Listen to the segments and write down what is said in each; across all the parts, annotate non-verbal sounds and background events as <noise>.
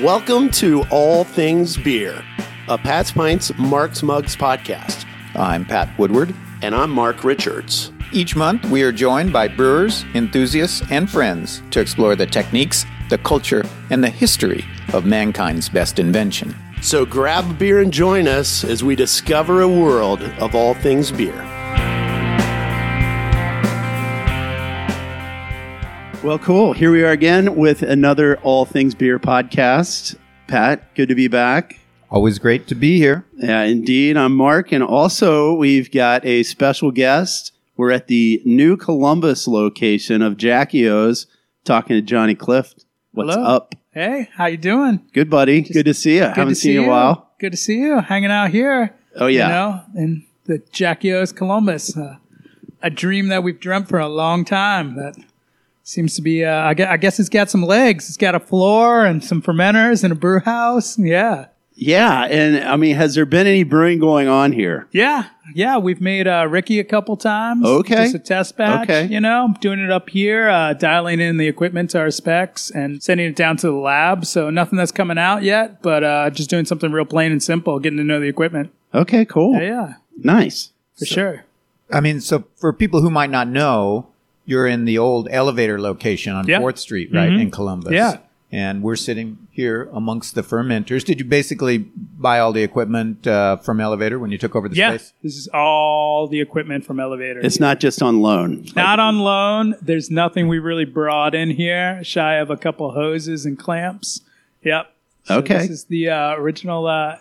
Welcome to All Things Beer, a Pat's Pints Mark's Mugs podcast. I'm Pat Woodward. And I'm Mark Richards. Each month, we are joined by brewers, enthusiasts, and friends to explore the techniques, the culture, and the history of mankind's best invention. So grab a beer and join us as we discover a world of all things beer. Well, cool. Here we are again with another All Things Beer podcast. Pat, good to be back. Always great to be here. Yeah, indeed. I'm Mark. And also, we've got a special guest. We're at the new Columbus location of Jackie O's talking to Johnny Clift. What's Hello. up? Hey, how you doing? Good, buddy. good to see you. Good Haven't to seen see you in a while. Good to see you. Hanging out here. Oh, yeah. You know, in the Jackie O's Columbus. Uh, a dream that we've dreamt for a long time. That seems to be, uh, I, guess, I guess it's got some legs. It's got a floor and some fermenters and a brew house. Yeah. Yeah. And I mean, has there been any brewing going on here? Yeah. Yeah. We've made uh, Ricky a couple times. Okay. Just a test batch. Okay. You know, doing it up here, uh, dialing in the equipment to our specs and sending it down to the lab. So nothing that's coming out yet, but uh, just doing something real plain and simple, getting to know the equipment. Okay, cool. Yeah, yeah, Nice. for sure. I mean, so for people who might not know, you're in the old elevator location on Yeah. Mm-hmm. 4th Street, right, in Columbus. Yeah. And we're sitting here amongst the fermenters. Did you basically buy all the equipment uh, from Elevator when you took over the Yeah, space? this is all the equipment from Elevator. It's not just on loan. not on loan. There's nothing we really brought in here, shy of a couple hoses and clamps. Yep. So Okay. This is the uh, original uh,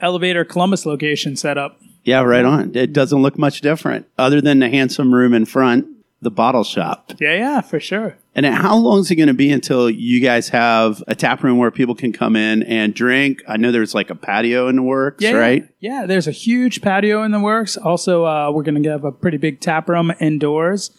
Elevator Columbus location setup. Yeah, right on. It doesn't look much different other than the handsome room in front, the bottle shop. Yeah, yeah, for sure. And then how long is it going to be until you guys have a tap room where people can come in and drink? I know there's like a patio in the works, Yeah, right? Yeah, there's a huge patio in the works. Also, uh, we're going to have a pretty big tap room indoors,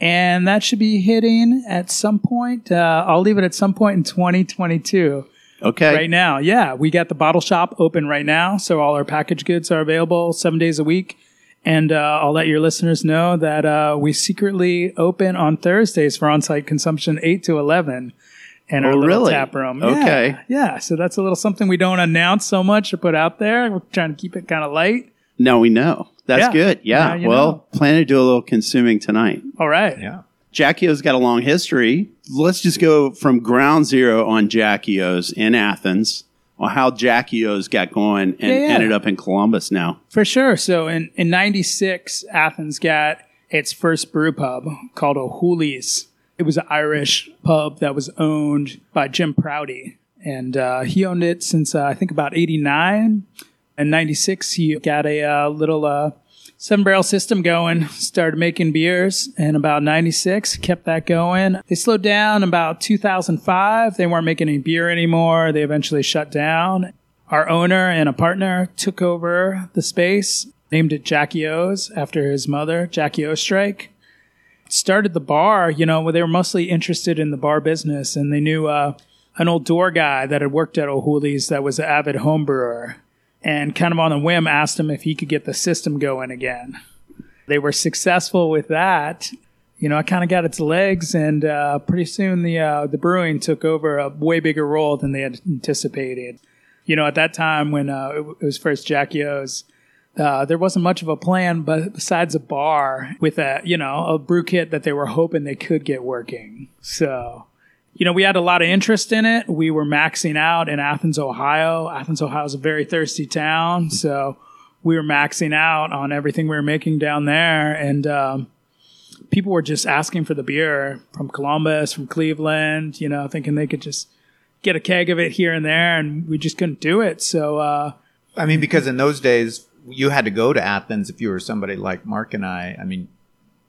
and that should be hitting at some point. Uh, I'll leave it at some point in 2022. Okay. Right now, yeah, we got the bottle shop open right now, so all our package goods are available seven days a week. And uh, I'll let your listeners know that uh, we secretly open on Thursdays for on-site consumption, eight to eleven, and our Oh, little really? tap room. Okay. yeah, yeah. So that's a little something we don't announce so much or put out there. We're trying to keep it kind of light. Now we know. That's Yeah. good. Now Yeah. you Well, know. plan to do a little consuming tonight. All right. Yeah. Jackio's got a long history. Let's just go from ground zero on Jackio's in Athens, or how Jackio's got going and Yeah, yeah. ended up in Columbus now. For sure. So in, in 96, Athens got its first brew pub called O'Hooley's. It was an Irish pub that was owned by Jim Prouty. And uh, he owned it since, uh, I think, about 89. In 96, he got a uh, little uh, seven barrel system going, started making beers. And about 96, kept that going. They slowed down about 2005. They weren't making any beer anymore. They eventually shut down our owner and a partner took over the space, named it Jackie O's after his mother, Jackie Ostrike. Started the bar, you know, they were mostly interested in the bar business, and they knew uh, an old door guy that had worked at O'Hooley's that was an avid home brewer, and kind of on a whim asked him if he could get the system going again. They were successful with that. You know, it kind of got its legs, and uh, pretty soon the uh, the brewing took over a way bigger role than they had anticipated you know, at that time when uh, it w- it was first Jackie O's, uh, there wasn't much of a plan, but besides a bar with a, you know, a brew kit that they were hoping they could get working. So, you know, we had a lot of interest in it. We were maxing out in Athens, Ohio. Athens, Ohio is a very thirsty town, so we were maxing out on everything we were making down there, and um, people were just asking for the beer from Columbus, from Cleveland, you know, thinking they could just get a keg of it here and there, and we just couldn't do it. So, uh, I mean, because in those days, you had to go to Athens if you were somebody like Mark and I. I mean,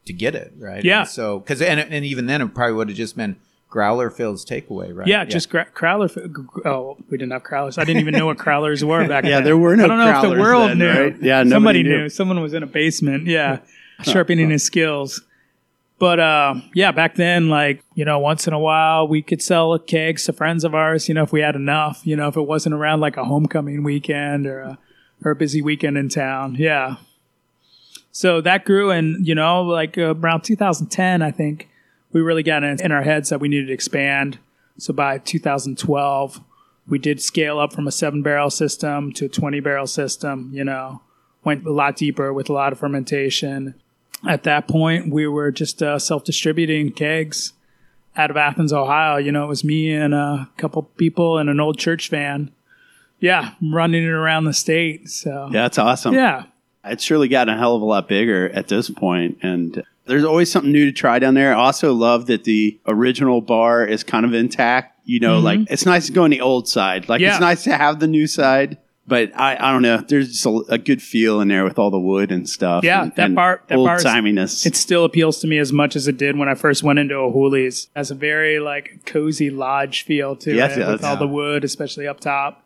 to get it right. Yeah. And so, because and, and even then, it probably would have just been Growler Phil's takeaway, right? yeah, just gra- crowler. f- gr- gr- Oh, we didn't have crowlers. I didn't even <laughs> know what crowlers were back then. Yeah, there were no I don't know if crowlers the world then, knew. right? Yeah, nobody somebody knew. knew. Someone was in a basement. <laughs> Yeah, sharpening his skills. But uh, yeah, back then, like you know, once in a while we could sell kegs to friends of ours. You know, if we had enough. You know, if it wasn't around like a homecoming weekend or a, or a busy weekend in town. Yeah. So that grew, and you know, like uh, around 2010, I think we really got in, in our heads that we needed to expand. So by 2012, we did scale up from a seven barrel system to a 20 barrel system, you know, went a lot deeper with a lot of fermentation. At that point, we were just uh, self distributing kegs out of Athens, Ohio. You know, it was me and a couple people in an old church van. Yeah, running it around the state. So, Yeah, that's awesome. yeah. It's surely gotten a hell of a lot bigger at this point, and there's always something new to try down there. I also love that the original bar is kind of intact. You know, like it's nice to go on the old side. Like Mm-hmm. Yeah. it's nice to have the new side, but I, I don't know. There's just a, a good feel in there with all the wood and stuff. Yeah, and, that and bar- that old bar is- timiness. it still appeals to me as much as it did when I first went into O'Hooley's. It Has a very like cozy lodge feel to Yes, it, it with does. all the wood, especially up top.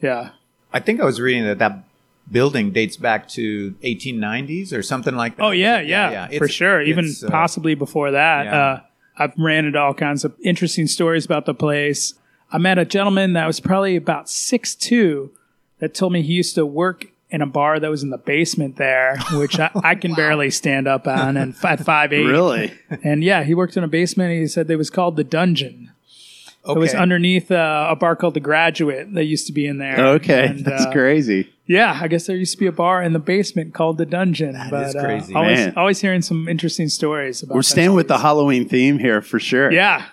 Yeah, I think I was reading that that building dates back to 1890s or something like that. Oh yeah, yeah, for It's- sure. Even it's, uh, possibly before that. yeah. Uh, I've ran into all kinds of interesting stories about the place. I met a gentleman that was probably about six two that told me he used to work in a bar that was in the <laughs> basement there, which I, I can barely stand up on, and f- at five eight. really. <laughs> And yeah, he worked in a basement. And he said it was called the dungeon. okay. It was underneath uh, a bar called the Graduate that used to be in there. Okay, And, <laughs> that's uh, crazy. Yeah, I guess there used to be a bar in the basement called the Dungeon. but, is uh, crazy. always, Man. always hearing some interesting stories about. We're that staying with the place. Halloween theme here for sure. Yeah,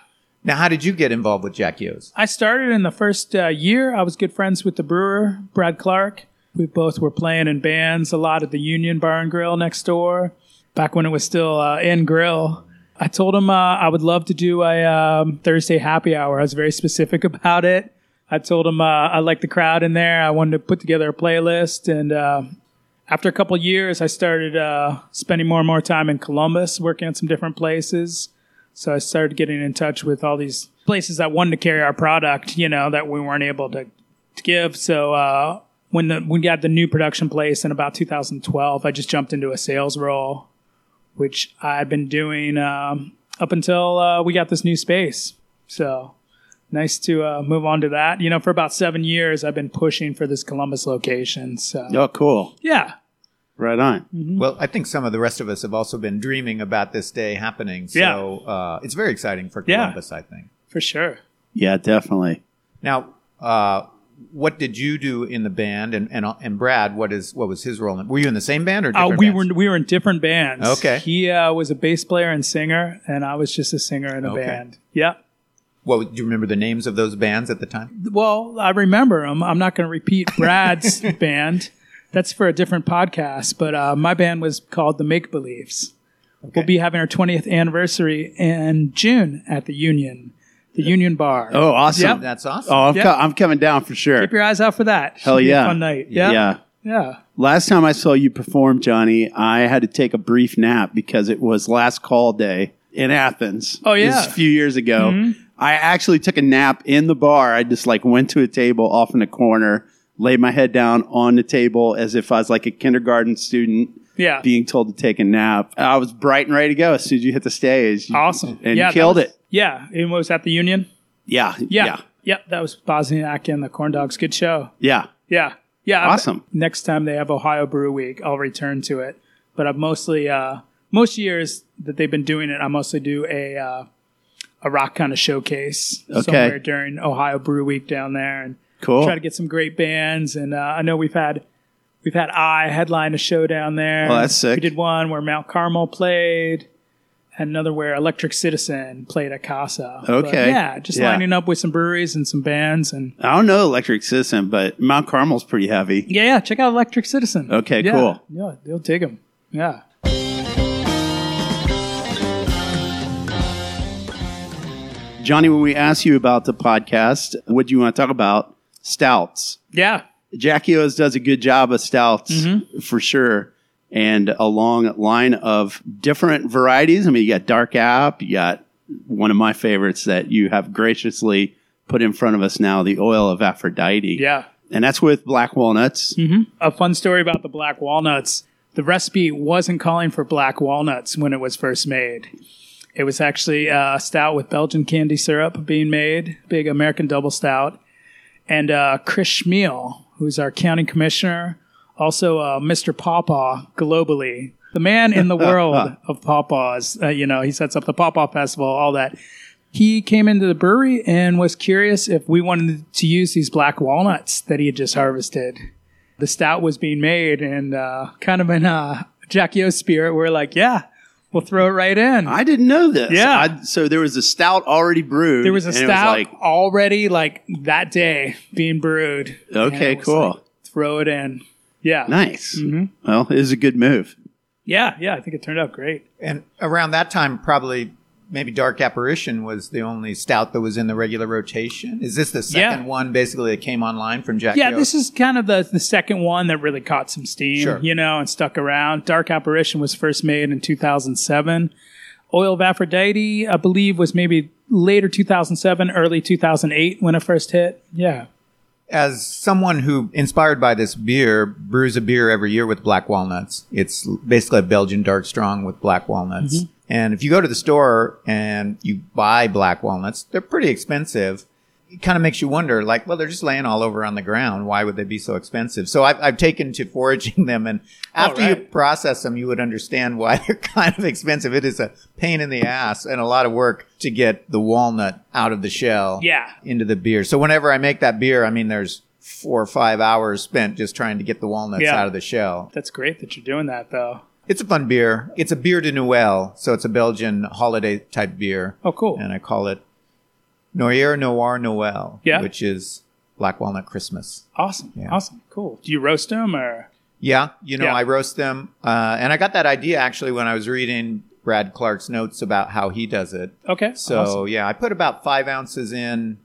Now, how did you get involved with Jack Yo's? I started in the first uh, year. I was good friends with the brewer, Brad Clark. We both were playing in bands a lot at the Union Bar and Grill next door, back when it was still uh, in Grill. I told him uh, I would love to do a um, Thursday happy hour. I was very specific <laughs> about it. I told him uh, I liked the crowd in there. I wanted to put together a playlist. And uh, after a couple years, I started uh, spending more and more time in Columbus, working at some different places. So I started getting in touch with all these places that wanted to carry our product, you know, that we weren't able to, to give. So uh, when the, we got the new production place in about 2012, I just jumped into a sales role, which I had been doing um, up until uh, we got this new space. So nice to uh, move on to that. You know, for about seven years, I've been pushing for this Columbus location. So Oh, cool. yeah, Right on. Mm-hmm. Well, I think some of the rest of us have also been dreaming about this day happening. So Yeah. uh, it's very exciting for Yeah. Columbus, I think. for sure. Yeah, definitely. Now, uh, what did you do in the band? And, and and Brad, what is what was his role? in- Were you in the same band or Uh, different we bands? were we were in different bands. Okay. He uh, was a bass player and singer, and I was just a singer in a Okay. band. Yeah. What do you remember the names of those bands at the time? Well, I remember him. I'm not going to repeat <laughs> Brad's band. That's for a different podcast. But uh, my band was called the Make Believes. We'll be having our 20th anniversary in June at the Union, the Union Bar. Oh, awesome. That's awesome. Oh, I'm, Yep. co- I'm coming down for sure. Keep your eyes out for that. Hell Should be a yeah. fun night. Yeah. yeah. Yeah. Last time I saw you perform, Johnny, I had to take a brief nap because it was last call day in Athens. Oh, This yeah. Mm-hmm. is a few years ago. I actually took a nap in the bar. I just like went to a table off in a corner, laid my head down on the table as if I was like a kindergarten student Yeah. being told to take a nap. I was bright and ready to go as soon as you hit the stage. You- awesome. And yeah, you that killed was- it. Yeah. And what was that, the Union? Yeah. Yeah. Yeah. Yep, that was Bosniak and the Corn Dogs. Good show. Yeah. Yeah. Yeah. Awesome. I- next time they have Ohio Brew Week, I'll return to it. But I've mostly, uh, most years that they've been doing it, I mostly do a, uh, a rock kind of showcase Okay. somewhere during Ohio Brew Week down there and Cool. try to get some great bands. And, uh, I know we've had, we've had I headline a show down there. Oh, that's sick. We did one where Mount Carmel played. and Another where Electric Citizen played at Casa. But Okay. yeah, just Yeah. lining up with some breweries and some bands and I don't know Electric Citizen, but Mount Carmel's pretty heavy. Yeah, yeah. Check out Electric Citizen. Okay, Yeah, cool. Yeah, they'll dig them. Yeah. Johnny, when we asked you about the podcast, what do you want to talk about? Stouts. Yeah. Jackie O's does a good job of stouts Mm-hmm. for sure. And a long line of different varieties. I mean, you got Dark App, you got one of my favorites that you have graciously put in front of us now, the oil of Aphrodite. Yeah. Mm-hmm. And that's with black walnuts. A fun story about the black walnuts. The recipe wasn't calling for black walnuts when it was first made. It was actually uh, a stout with Belgian candy syrup being made, big American double stout. And uh, Chris Schmiel, who's our county commissioner, also uh, Mr. Pawpaw globally, the man in the world of pawpaws. Uh, you know, he sets up the Pawpaw Festival, all that. He came into the brewery and was curious if we wanted to use these black walnuts that he had just harvested. The stout was being made, and uh, kind of in a Jack Yo spirit, we're like, yeah, we'll throw it right in. I didn't know this. Yeah. I, so there was a stout already brewed. there was a and it stout like, already like that day being brewed. And okay, it Mm-hmm. was cool. like, throw it in. Yeah. nice. Well, it was a good move. Yeah. Yeah. I think it turned out great. And around that time, probably maybe Dark Apparition was the only stout that was in the regular rotation. Is this the Yeah. second one basically that came online from Jack? Yeah, Yo? this is kind of the, the second one that really caught some steam, Sure. you know, and stuck around. Dark Apparition was first made in 2007. Oil of Aphrodite, I believe, was maybe later 2007, early 2008 when it first hit. Yeah. as someone who inspired by this beer brews a beer every year with black walnuts it's basically a belgian dark strong with black walnuts Mm-hmm. and if you go to the store and you buy black walnuts they're pretty expensive it kind of makes you wonder like well they're just laying all over on the ground why would they be so expensive so i've, I've taken to foraging them and after you right. process them you would understand why they're <laughs> kind of expensive it is a pain in the ass and a lot of work to get the walnut out of the shell Yeah. into the beer. So whenever I make that beer, I mean, there's four or five hours spent just trying to get the walnuts Yeah. out of the shell. That's great that you're doing that, though. It's a fun beer. It's a beer de Noël, so it's a Belgian holiday type beer, Oh, cool. and I call it Noir Noir Noël, Yeah. which is black walnut Christmas. Awesome. Yeah. Awesome. Cool. Do you roast them or? Yeah, you know, Yeah. I roast them, uh, and I got that idea actually when I was reading Brad Clark's notes about how he does it. Okay. So awesome. yeah, I put about five ounces in,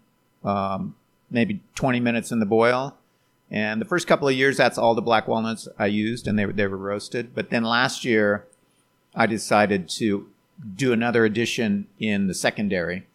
um, maybe 20 minutes in the boil. And the first couple of years, that's all the black walnuts I used, and they were they were roasted. But then last year, I decided to do another addition in the secondary,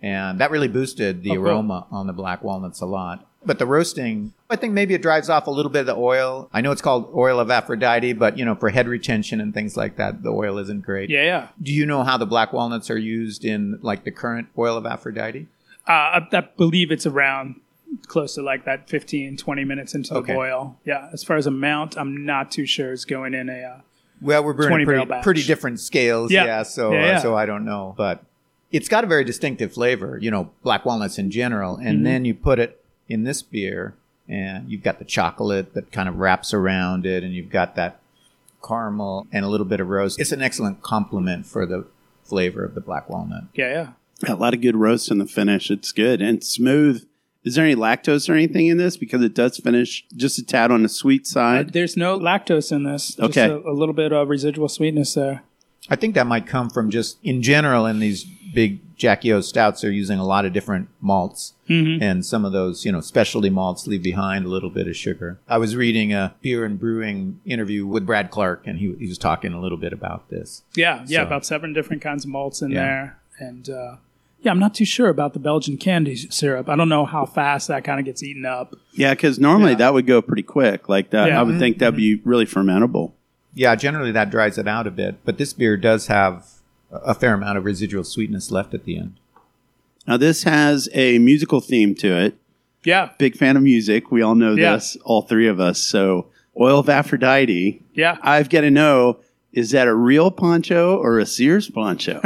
and that really boosted the Oh, cool. aroma on the black walnuts a lot. But the roasting, I think maybe it drives off a little bit of the oil. I know it's called oil of Aphrodite, but you know for head retention and things like that, the oil isn't great. Yeah. Yeah. Do you know how the black walnuts are used in like the current oil of Aphrodite? Uh, I, I believe it's around close to like that 15, 20 minutes into the Okay. boil. Yeah. As far as amount, I'm not too sure it's going in a. Uh, Well, we're brewing 20 barrel pretty, batch. pretty different scales, Yeah. yeah. so Yeah, uh, yeah. so I don't know, but it's got a very distinctive flavor, you know, black walnuts in general, and Mm-hmm. then you put it in this beer, and you've got the chocolate that kind of wraps around it, and you've got that caramel and a little bit of roast. It's an excellent complement for the flavor of the black walnut. yeah. Yeah. A lot of good roast in the finish. It's good and smooth. Is there any lactose or anything in this? Because it does finish just a tad on the sweet side. There's no lactose in this. Just Okay. a, a little bit of residual sweetness there. I think that might come from just in general in these big Jack Yo stouts are using a lot of different malts. And some of those, you know, specialty malts leave behind a little bit of sugar. I was reading a beer and brewing interview with Brad Clark, and he, he was talking a little bit about this. Yeah. Yeah. So- About seven different kinds of malts in Yeah. there. And uh, yeah, I'm not too sure about the Belgian candy syrup. I don't know how fast that kind of gets eaten up. Yeah, because normally that would go pretty quick. Like that, Yeah. Mm-hmm. I would think that'd be really fermentable. Yeah, generally that dries it out a bit, but this beer does have a a fair amount of residual sweetness left at the end. Now this has a musical theme to it. Yeah. Big fan of music. We all know Yeah. this, all three of us. So, Oil of Aphrodite. Yeah. I've got to know: is that a real poncho or a Sears <laughs> poncho?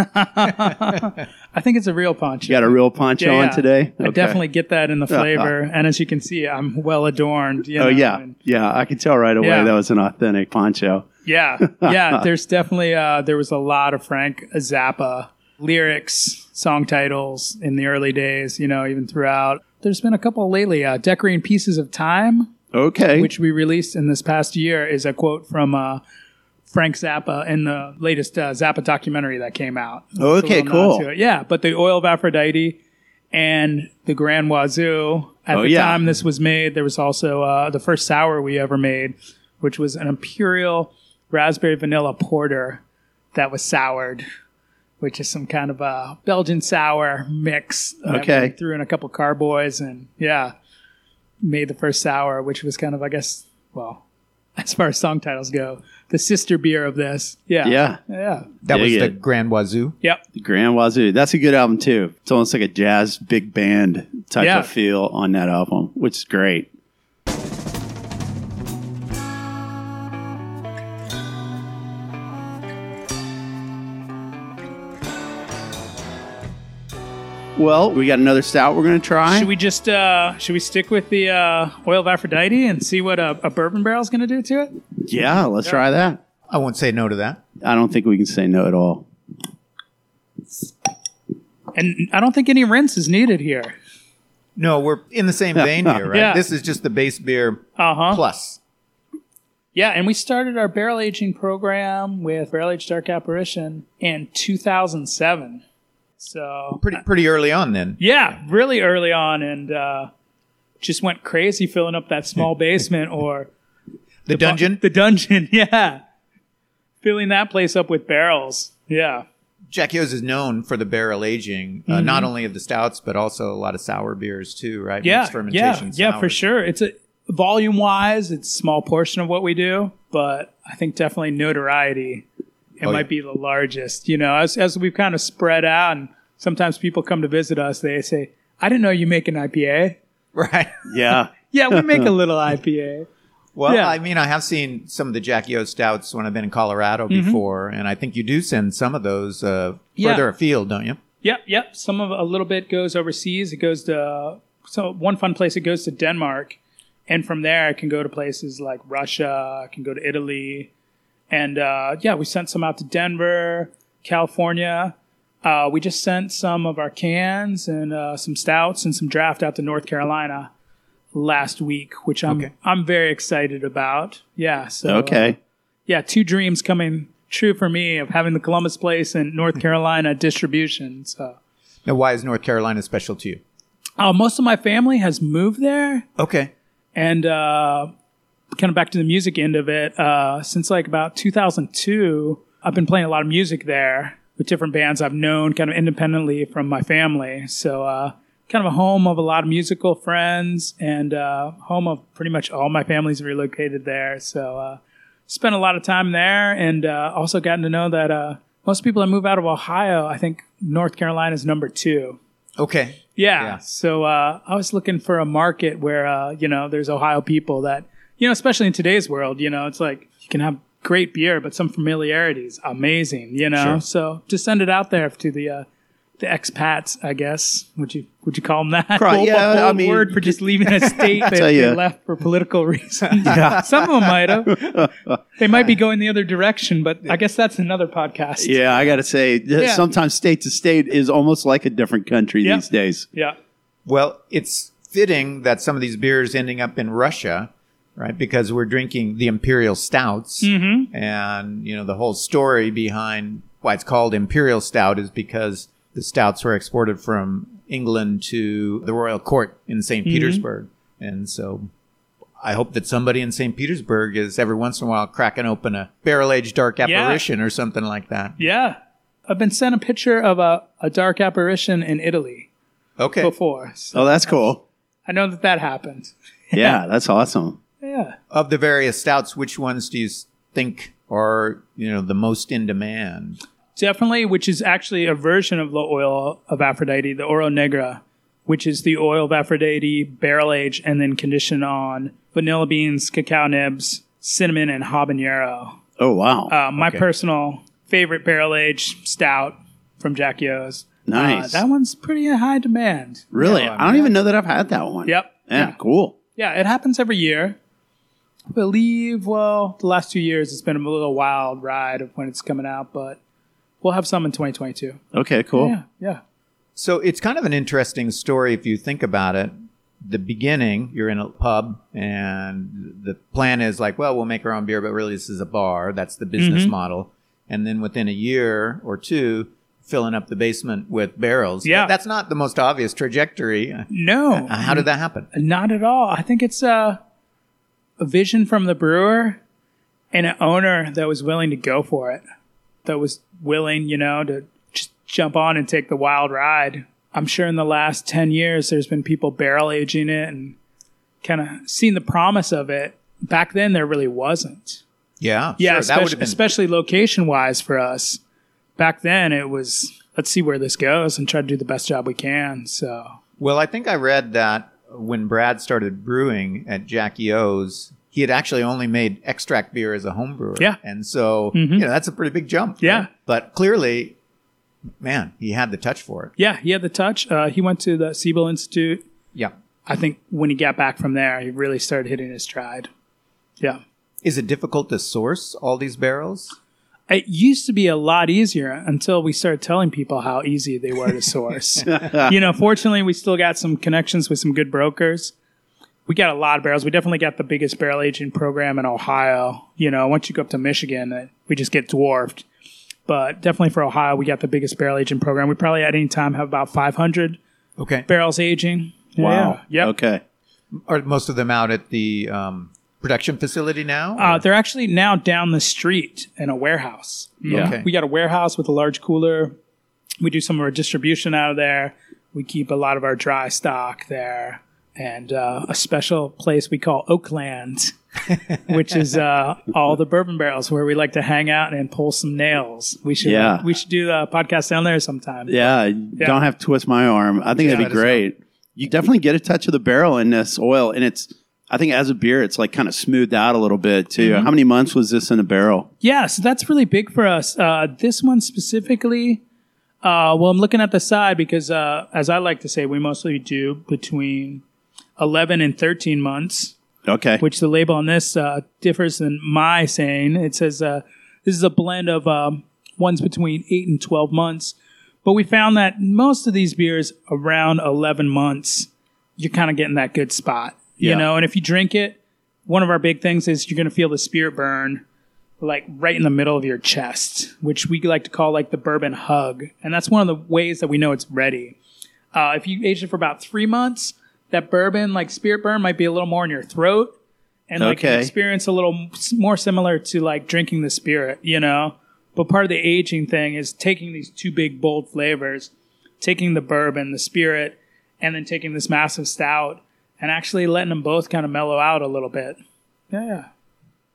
I think it's a real poncho. You got a real poncho Yeah, on yeah. today? I Okay. definitely get that <laughs> in the flavor. and as you can see, I'm well adorned. You know, Oh yeah, and- yeah. I could tell right away Yeah. that was an authentic poncho. yeah, yeah. There's definitely uh, there was a lot of Frank Zappa lyrics, song titles in the early days. You know, even throughout. There's been a couple lately. Uh, Decorating pieces of time, Okay. which we released in this past year, is a quote from. Uh, Frank Zappa in the latest uh, Zappa documentary that came out. It's a okay, little nod cool. to it. Yeah, but the oil of Aphrodite and the Grand Wazoo. At Oh, the yeah. time this was made, there was also uh, the first sour we ever made, which was an imperial raspberry vanilla porter that was soured, which is some kind of a Belgian sour mix. uh, that we Okay. threw in a couple carboys and yeah, made the first sour, which was kind of I guess well, <laughs> as far as song titles go, the sister beer of this. Yeah, Yeah, uh, yeah, That Dig was the it. Grand Wazoo. yep. the Grand Wazoo. That's a good album too. It's almost like a jazz big band type Yeah. of feel on that album, which is great. Well, we got another stout we're going to try. Should we just uh, should we stick with the uh, oil of Aphrodite and see what a, a bourbon barrel's going to do to it? yeah, let's try that. I won't say no to that. I don't think we can say no at all. And I don't think any rinse is needed here. No, we're in the same vein here, right? Yeah. This is just the base beer Uh huh. plus. Yeah, and we started our barrel aging program with Barrel Age Dark Apparition in 2007. So Pretty pretty early on then. yeah, really early on, and uh, just went crazy filling up <laughs> that small basement or The, dungeon, The dungeon, <laughs> yeah, filling that place up with barrels. Yeah, Jack Hughes is known for the barrel aging, uh, not only of the stouts but also a lot of sour beers too, right? Mm-hmm. yeah, Mixed yeah, fermentation yeah, for sours. sure. It's a volume wise, it's a small portion of what we do, but I think definitely notoriety. It Oh, might yeah. be the largest, you know, as as we've kind of spread out, and sometimes people come to visit us. They say, "I didn't know you make an IPA." <laughs> Right. Yeah. Yeah, <laughs> we make a little IPA. Well, Yeah. I mean, I have seen some of the Jack Yo stouts when I've been in Colorado before, and I think you do send some of those uh, Mm-hmm. Yeah. further afield, don't you? Yep, yep. Some of a little bit goes overseas. It goes to so one fun place. It goes to Denmark, and from there it can go to places like Russia. It can go to Italy, and uh, yeah, we sent some out to Denver, California. Uh, we just sent some of our cans and uh, some stouts and some draft out to North Carolina last week, which I'm Okay. I'm very excited about. Yeah. So uh, <laughs> Okay. yeah, two dreams coming true for me of having the Columbus Place and North Carolina distribution. So Now, why is North Carolina special to you? uh, most of my family has moved there, Okay. and uh, kind of back to the music end of it. Uh, since like about 2002, I've been playing a lot of music there with different bands I've known, kind of independently from my family. So uh, kind of a home of a lot of musical friends, and uh, home of pretty much all my families relocated there. So. Uh, spent a lot of time there and uh, also gotten to know that uh, most people that move out of Ohio, I think North Carolina is number two. Okay. Yeah. Yeah. So uh, I was looking for a market where uh, you know there's Ohio people that you know, especially in today's world, you know, it's like you can have great beer, but some familiarity is amazing. You know, Sure. so just send it out there to the. Uh, the expats, I guess. Would you would you call them that? Pro- yeah, a bold I mean, word for just leaving <laughs> a state that tell they ya. left for political <laughs> <laughs> reasons. Some of them might have. They might be going the other direction, but I guess that's another podcast. Yeah, I got to say, th- Yeah. sometimes state to state is almost like a different country Yeah. these days. yeah, Well, it's fitting that some of these beers ending up in Russia, right? Because we're drinking the imperial stouts, and you know the whole story behind why it's called imperial stout is because the stouts were exported from England to the royal court in saint Petersburg, and so. I hope that somebody in St. Petersburg is every once in a while cracking open a barrel aged dark apparition or something like that. yeah. I've been sent a picture of a, a dark apparition in Italy Okay. before. So Oh, that's cool. I know that that happened. Yeah, that's awesome. Yeah. of the various stouts, which ones do you s- think are you know the most in demand? Definitely, which is actually a version of the oil of Aphrodite, the Oro Negra, which is the oil of Aphrodite barrel aged and then conditioned on vanilla beans, cacao nibs, cinnamon, and habanero. Oh, wow. Uh, my Okay. personal favorite barrel aged stout from Jack Yo's. Nice. that one's pretty in high demand. really? Yeah. I don't even know that I've had that one. Yep. Yeah, cool. Yeah, it happens every year. I believe, well, the last two years it's been a little wild ride of when it's coming out, but we'll have some in 2022. Okay, cool. Yeah, yeah. So it's kind of an interesting story if you think about it. The beginning, you're in a pub, and the plan is like, well, we'll make our own beer, but really this is a bar. That's the business model. And then within a year or two, filling up the basement with barrels. Yeah. that's not the most obvious trajectory. Uh, No, How did that happen? not at all. I think it's a, a vision from the brewer and an owner that was willing to go for it, that was willing, you know, to just jump on and take the wild ride. I'm sure in the last 10 years, there's been people barrel aging it and kind of seeing the promise of it. Back then, there really wasn't. Yeah, sure, that Yeah, would especially, have been especially location wise for us. Back then, it was let's see where this goes and try to do the best job we can. So, Well, I think I read that when Brad started brewing at Jackie O's, he had actually only made extract beer as a home brewer. Yeah. And so, you know, that's a pretty big jump. Yeah. But clearly, man, he had the touch for it. Yeah, he had the touch. Uh, he went to the Siebel Institute. Yeah. I think when he got back from there, he really started hitting his stride. Yeah. Is it difficult to source all these barrels? It used to be a lot easier until we started telling people how easy they were to <laughs> source. you know, fortunately, we still got some connections with some good brokers. We got a lot of barrels. We definitely got the biggest barrel aging program in Ohio. You know, once you go up to Michigan, uh, we just get dwarfed. But definitely for Ohio, we got the biggest barrel aging program. We probably at any time have about 500 Okay. barrels aging. Wow. Yeah. Yep. Okay. Are most of them out at the um, production facility now? Uh, they're actually now down the street in a warehouse. Yeah. Okay. We got a warehouse with a large cooler. We do some of our distribution out of there. We keep a lot of our dry stock there. And uh, a special place we call <laughs> Oakland, which is uh, all the bourbon barrels where we like to hang out and pull some nails. We should Yeah. we should do the podcast down there sometime. Yeah, you Don't have to twist my arm. I think Yeah, that'd be that is great. You definitely get a touch of the barrel in this oil, and it's. I think as a beer, it's like kind of smoothed out a little bit too. How many months was this in the barrel? Yeah, so that's really big for us. Uh, this one specifically, uh, well, I'm looking at the side because, uh, as I like to say, we mostly do between 11 and 13 months, Okay. which the label on this uh, differs than my saying. It says uh, this is a blend of um, ones between 8 and 12 months. But we found that most of these beers around 11 months, you're kind of getting that good spot, Yeah. you know? And if you drink it, one of our big things is you're going to feel the spirit burn like right in the middle of your chest, which we like to call like the bourbon hug. And that's one of the ways that we know it's ready. Uh, if you age it for about three months, that bourbon like spirit burn might be a little more in your throat and like Okay. an experience a little m- s- more similar to like drinking the spirit, you know? But part of the aging thing is taking these two big bold flavors, taking the bourbon, the spirit, and then taking this massive stout and actually letting them both kind of mellow out a little bit. Yeah.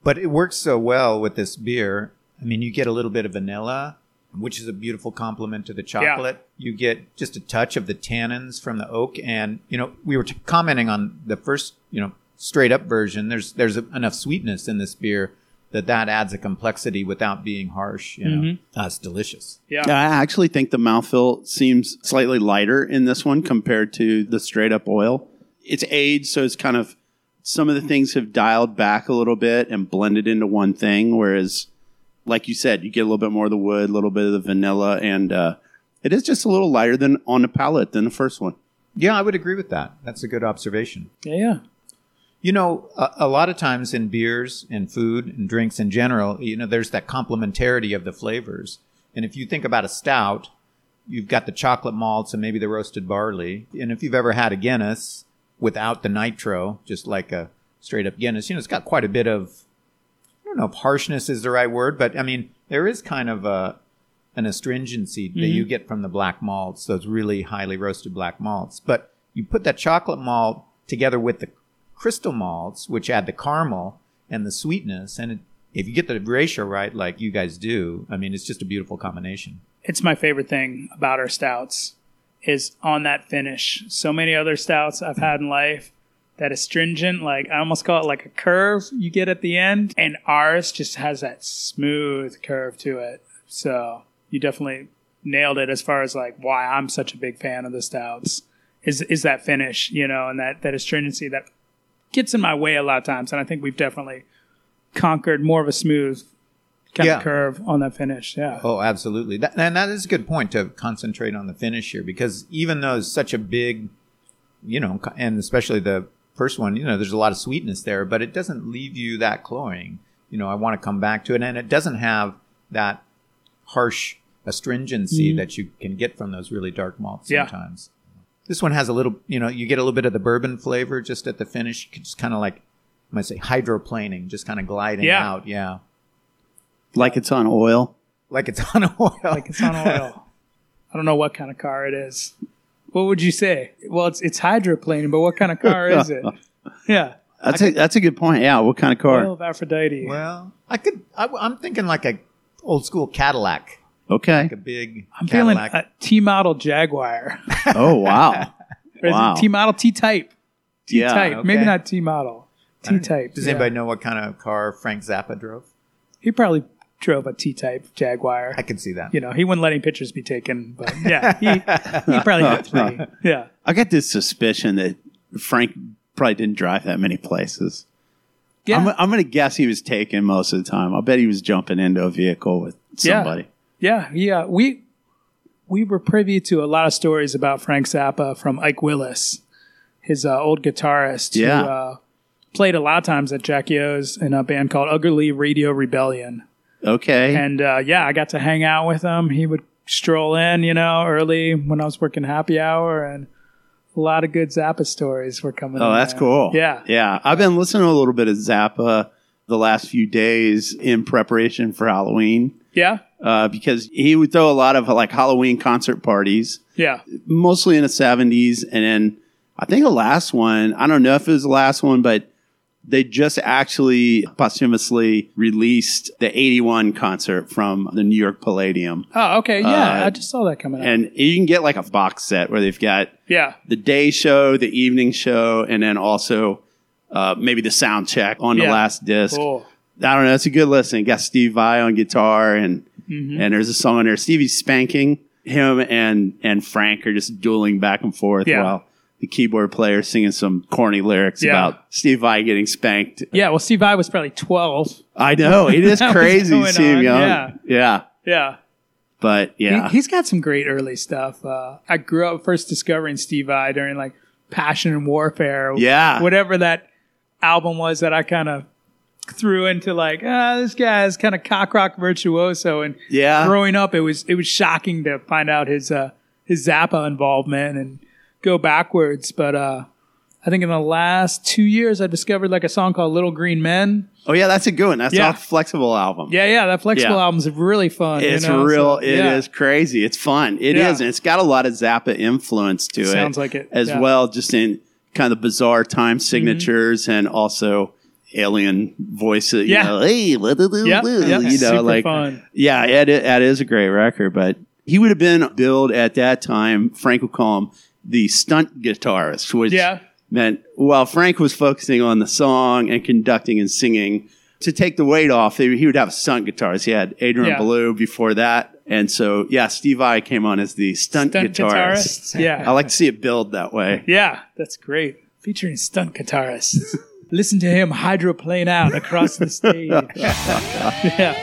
But it works so well with this beer. I mean, you get a little bit of vanilla, which is a beautiful complement to the chocolate. You get just a touch of the tannins from the oak, and you know, we were t- commenting on the first, you know, straight up version. There's there's enough sweetness in this beer that that adds a complexity without being harsh. You know, that's delicious. <laughs> Yeah. I actually think the mouthfeel seems slightly lighter in this one compared to the straight up oil. It's aged, so it's kind of some of the things have dialed back a little bit and blended into one thing. Whereas, like you said, you get a little bit more of the wood, a little bit of the vanilla, and uh, it is just a little lighter than on the palate than the first one. Yeah, I would agree with that. That's a good observation. Yeah. Yeah. You know, a, a lot of times in beers and food and drinks in general, you know, there's that complementarity of the flavors. And if you think about a stout, you've got the chocolate malts and maybe the roasted barley. And if you've ever had a Guinness without the nitro, just like a straight up Guinness, you know, it's got quite a bit of, I don't know if harshness is the right word, but I mean, there is kind of a, an astringency that you get from the black malts, those really highly roasted black malts. But you put that chocolate malt together with the crystal malts, which add the caramel and the sweetness, and it, if you get the ratio right, like you guys do, I mean, it's just a beautiful combination. it's my favorite thing about our stouts is on that finish. So many other stouts I've had in life that astringent, like I almost call it like a curve you get at the end, and ours just has that smooth curve to it. So you definitely nailed it as far as like why I'm such a big fan of the stouts is is that finish, you know, and that that astringency that gets in my way a lot of times, and I think we've definitely conquered more of a smooth kind Yeah. of curve on that finish. Yeah. Oh, absolutely. That, and that is a good point to concentrate on the finish here because even though it's such a big, you know, co- and especially the first one, you know, there's a lot of sweetness there, but it doesn't leave you that cloying. You know, I want to come back to it. And it doesn't have that harsh astringency that you can get from those really dark malts Mm-hmm. Yeah. sometimes. This one has a little, you know, you get a little bit of the bourbon flavor just at the finish, just kind of like, I might say hydroplaning, just kind of gliding Yeah. out. Yeah. Like it's on oil. Like it's <laughs> on oil. Like it's on oil. <laughs> I don't know what kind of car it is. What would you say? Well, it's it's hydroplaning, but what kind of car is it? Yeah, That's a that's a good point. Yeah, what kind of car? oil of Aphrodite. Well, I could. I, am thinking like a old school Cadillac, Okay. like a big I'm feeling Cadillac. a T model Jaguar. <laughs> Oh wow. <laughs> Or is Wow. it T model T type? T Yeah, type. okay. Maybe not T model. T type. Does Yeah. anybody know what kind of car Frank Zappa drove? He probably drove a T-type Jaguar. I can see that. you know, he wouldn't let any pictures be taken, but yeah, he, he probably had three. Yeah. I got this suspicion that Frank probably didn't drive that many places. Yeah. I'm, I'm going to guess he was taken most of the time. I'll bet he was jumping into a vehicle with somebody. Yeah, yeah. We we were privy to a lot of stories about Frank Zappa from Ike Willis, his uh, old guitarist Yeah. who uh, played a lot of times at Jackie O's in a band called Ugly Radio Rebellion. Okay. And uh, yeah, I got to hang out with him. He would stroll in, you know, early when I was working happy hour, and a lot of good Zappa stories were coming. oh, in that's there. cool. uh, Yeah. Yeah. I've been listening to a little bit of Zappa the last few days in preparation for Halloween Yeah, uh, because he would throw a lot of like Halloween concert parties. yeah, mostly in the 70s. And then I think the last one, I don't know if it was the last one, but they just actually posthumously released the 81 concert from the New York Palladium. Oh, okay, yeah. Uh, I just saw that coming up. And you can get like a box set where they've got yeah, the day show, the evening show, and then also uh, maybe the sound check on the Yeah. last disc. cool. I don't know. It's a good listen. It got Steve Vai on guitar, and Mm-hmm. and there's a song on there. Stevie's spanking him, and and Frank are just dueling back and forth Yeah. while the keyboard player is singing some corny lyrics Yeah. about Steve Vai getting spanked. Yeah, well, Steve I was probably twelve. I <laughs> know it is That was crazy to going see him on, young. yeah. Yeah. Yeah. but yeah, He, has got some great early stuff. Uh, I grew up first discovering Steve I during like Passion and Warfare. Yeah. Whatever that album was that I kind of threw into like, ah, this guy is kind of cock rock virtuoso. And Yeah. growing up, it was it was shocking to find out his uh, his Zappa involvement and go backwards. But uh, I think in the last two years, I discovered like a song called Little Green Men. oh yeah, that's a good one. That's Yeah. off flexible album. Yeah, yeah, that flexible Yeah. album's really fun. you It's know, real. so, It is yeah. crazy. It's fun. It is, Yeah. and it's got a lot of Zappa influence to it. Sounds like it, as yeah. Mm-hmm. well, just in kind of bizarre time signatures and also alien voices. You Yeah. know, hey, what the- the- Yep, the- yep. you know, Super like fun. yeah, it, it, that is a great record. But he would have been billed at that time. Frank would call him the stunt guitarist, which Yeah. meant while Frank was focusing on the song and conducting and singing, to take the weight off, they, he would have stunt guitars. He had Adrian Yeah. Ballou before that. And so, yeah, Steve I came on as the stunt, Stunt guitarist. guitarists, yeah. I like to see it build that way. <laughs> Yeah, that's great. Featuring stunt guitarists. Listen to him hydroplane out across the stage. yeah.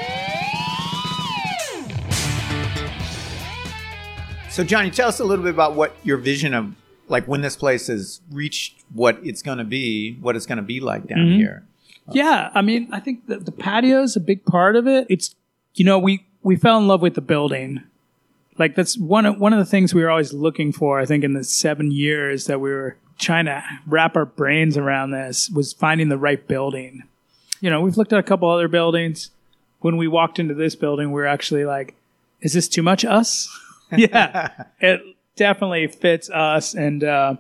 So, Johnny, tell us a little bit about what your vision of, like, when this place has reached what it's going to be, what it's going to be like down Mm-hmm. here. Yeah, I mean, I think the, the patio's a big part of it. It's, you know, we, we fell in love with the building. Like, that's one of, one of the things we were always looking for, I think, in the seven years that we were trying to wrap our brains around this was finding the right building. You know, we've looked at a couple other buildings. When we walked into this building, we were actually like, is this too much us? <laughs> yeah, it definitely fits us. And uh,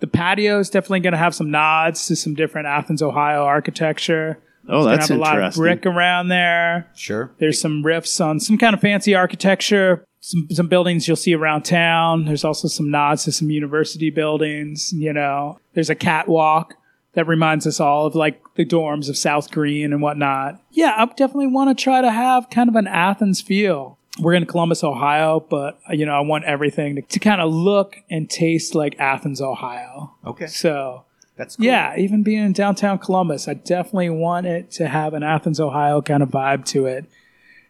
the patio is definitely going to have some nods to some different Athens, Ohio architecture. Oh, It's gonna that's have a lot of interesting. brick around there. Sure. There's some riffs on some kind of fancy architecture. Some, some buildings you'll see around town. There's also some nods to some university buildings. You know, there's a catwalk that reminds us all of like the dorms of South Green and whatnot. Yeah, I definitely want to try to have kind of an Athens feel. We're in Columbus, Ohio, but you know, I want everything to, to kind of look and taste like Athens, Ohio. Okay. So That's cool. yeah, even being in downtown Columbus, I definitely want it to have an Athens, Ohio kind of vibe to it.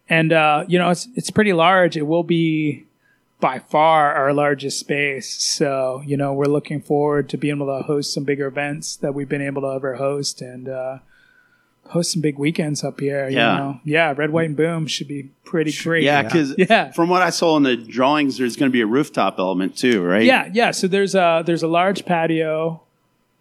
And uh, you know, it's it's pretty large. It will be by far our largest space. So you know, we're looking forward to being able to host some bigger events that we've been able to ever host and uh, host some big weekends up here. You Yeah. know? yeah, red, white, and boom should be pretty great. Yeah, because Yeah. from what I saw in the drawings, there's going to be a rooftop element too, right? Yeah, yeah. So there's a there's a large patio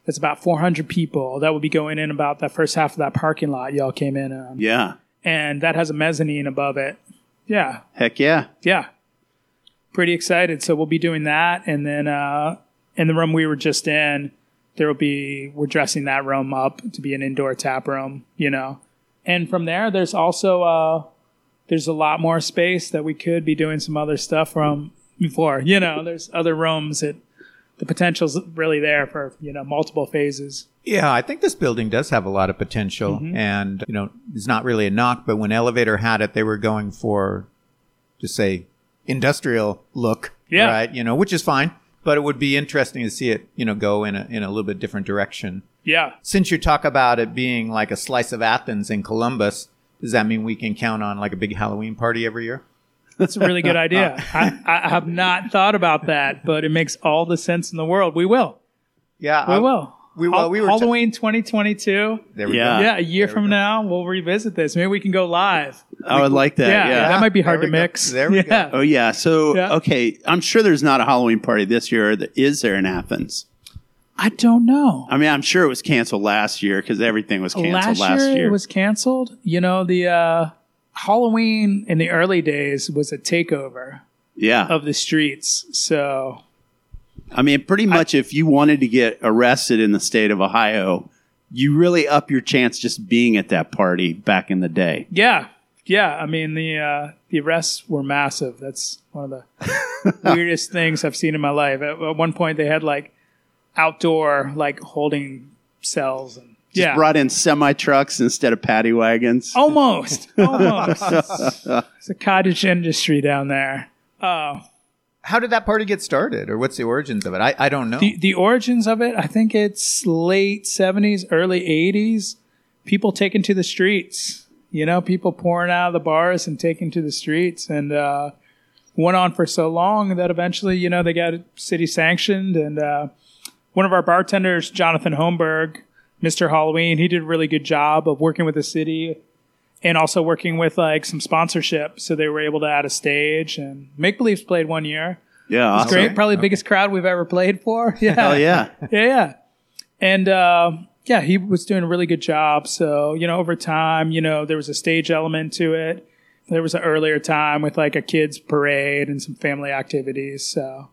that's about 400 people that will be going in about that first half of that parking lot y'all came in, on. Yeah. and that has a mezzanine above it. Yeah, Heck yeah. yeah. Pretty excited. So we'll be doing that, and then uh, in the room we were just in, there will be we're dressing that room up to be an indoor tap room, you know. And from there, there's also uh, there's a lot more space that we could be doing some other stuff from before. You know, there's other rooms that the potential's really there for you know multiple phases. Yeah, I think this building does have a lot of potential. Mm-hmm. And, you know, it's not really a knock, but when Elevator had it, they were going for, to say, industrial look. Yeah. Right. You know, which is fine, but it would be interesting to see it, you know, go in a, in a little bit different direction. Yeah, Since you talk about it being like a slice of Athens in Columbus, does that mean we can count on like a big Halloween party every year? that's a really good idea. I, I have not thought about that, but it makes all the sense in the world. We will. Yeah. Uh, We I- will. we- well, Hal- we were ta- Halloween 2022. There we Yeah. go. yeah, a year from now we'll revisit this. Maybe we can go live. I would like that. Yeah, Uh, Yeah. that might be There hard to we go. mix. There we go. yeah. Oh yeah. So Yeah. okay, I'm sure there's not a Halloween party this year. That is there in Athens? I don't know. I mean, I'm sure it was canceled last year because everything was canceled last, Oh, last, year, it was canceled. You know, the uh, Halloween in the early days was a takeover yeah. of the streets. So I mean, pretty much if you wanted to get arrested in the state of Ohio, you really up your chance just being at that party back in the day. yeah, yeah. I mean the uh, the arrests were massive. That's one of the weirdest things I've seen in my life. At, at one point, they had like outdoor like holding cells and Just yeah, Oh, brought in semi trucks instead of paddy wagons. almost, almost. it's a cottage industry down there. Uh, How did that party get started or what's the origins of it? I, I don't know. the, the origins of it, I think it's late 70s, early 80s. People taking to the streets, you know, people pouring out of the bars and taking to the streets and uh, went on for so long that eventually, you know, they got city sanctioned. And uh, one of our bartenders, Jonathan Holmberg, Mr. Halloween, he did a really good job of working with the city and also working with like some sponsorship. So they were able to add a stage and Make Believe's played one year. yeah. Awesome. Great, probably the biggest crowd we've ever played for. <laughs> Yeah, Oh, yeah. yeah, yeah. And uh, yeah, he was doing a really good job. So, you know, over time, you know, there was a stage element to it. There was an earlier time with like a kids' parade and some family activities. So,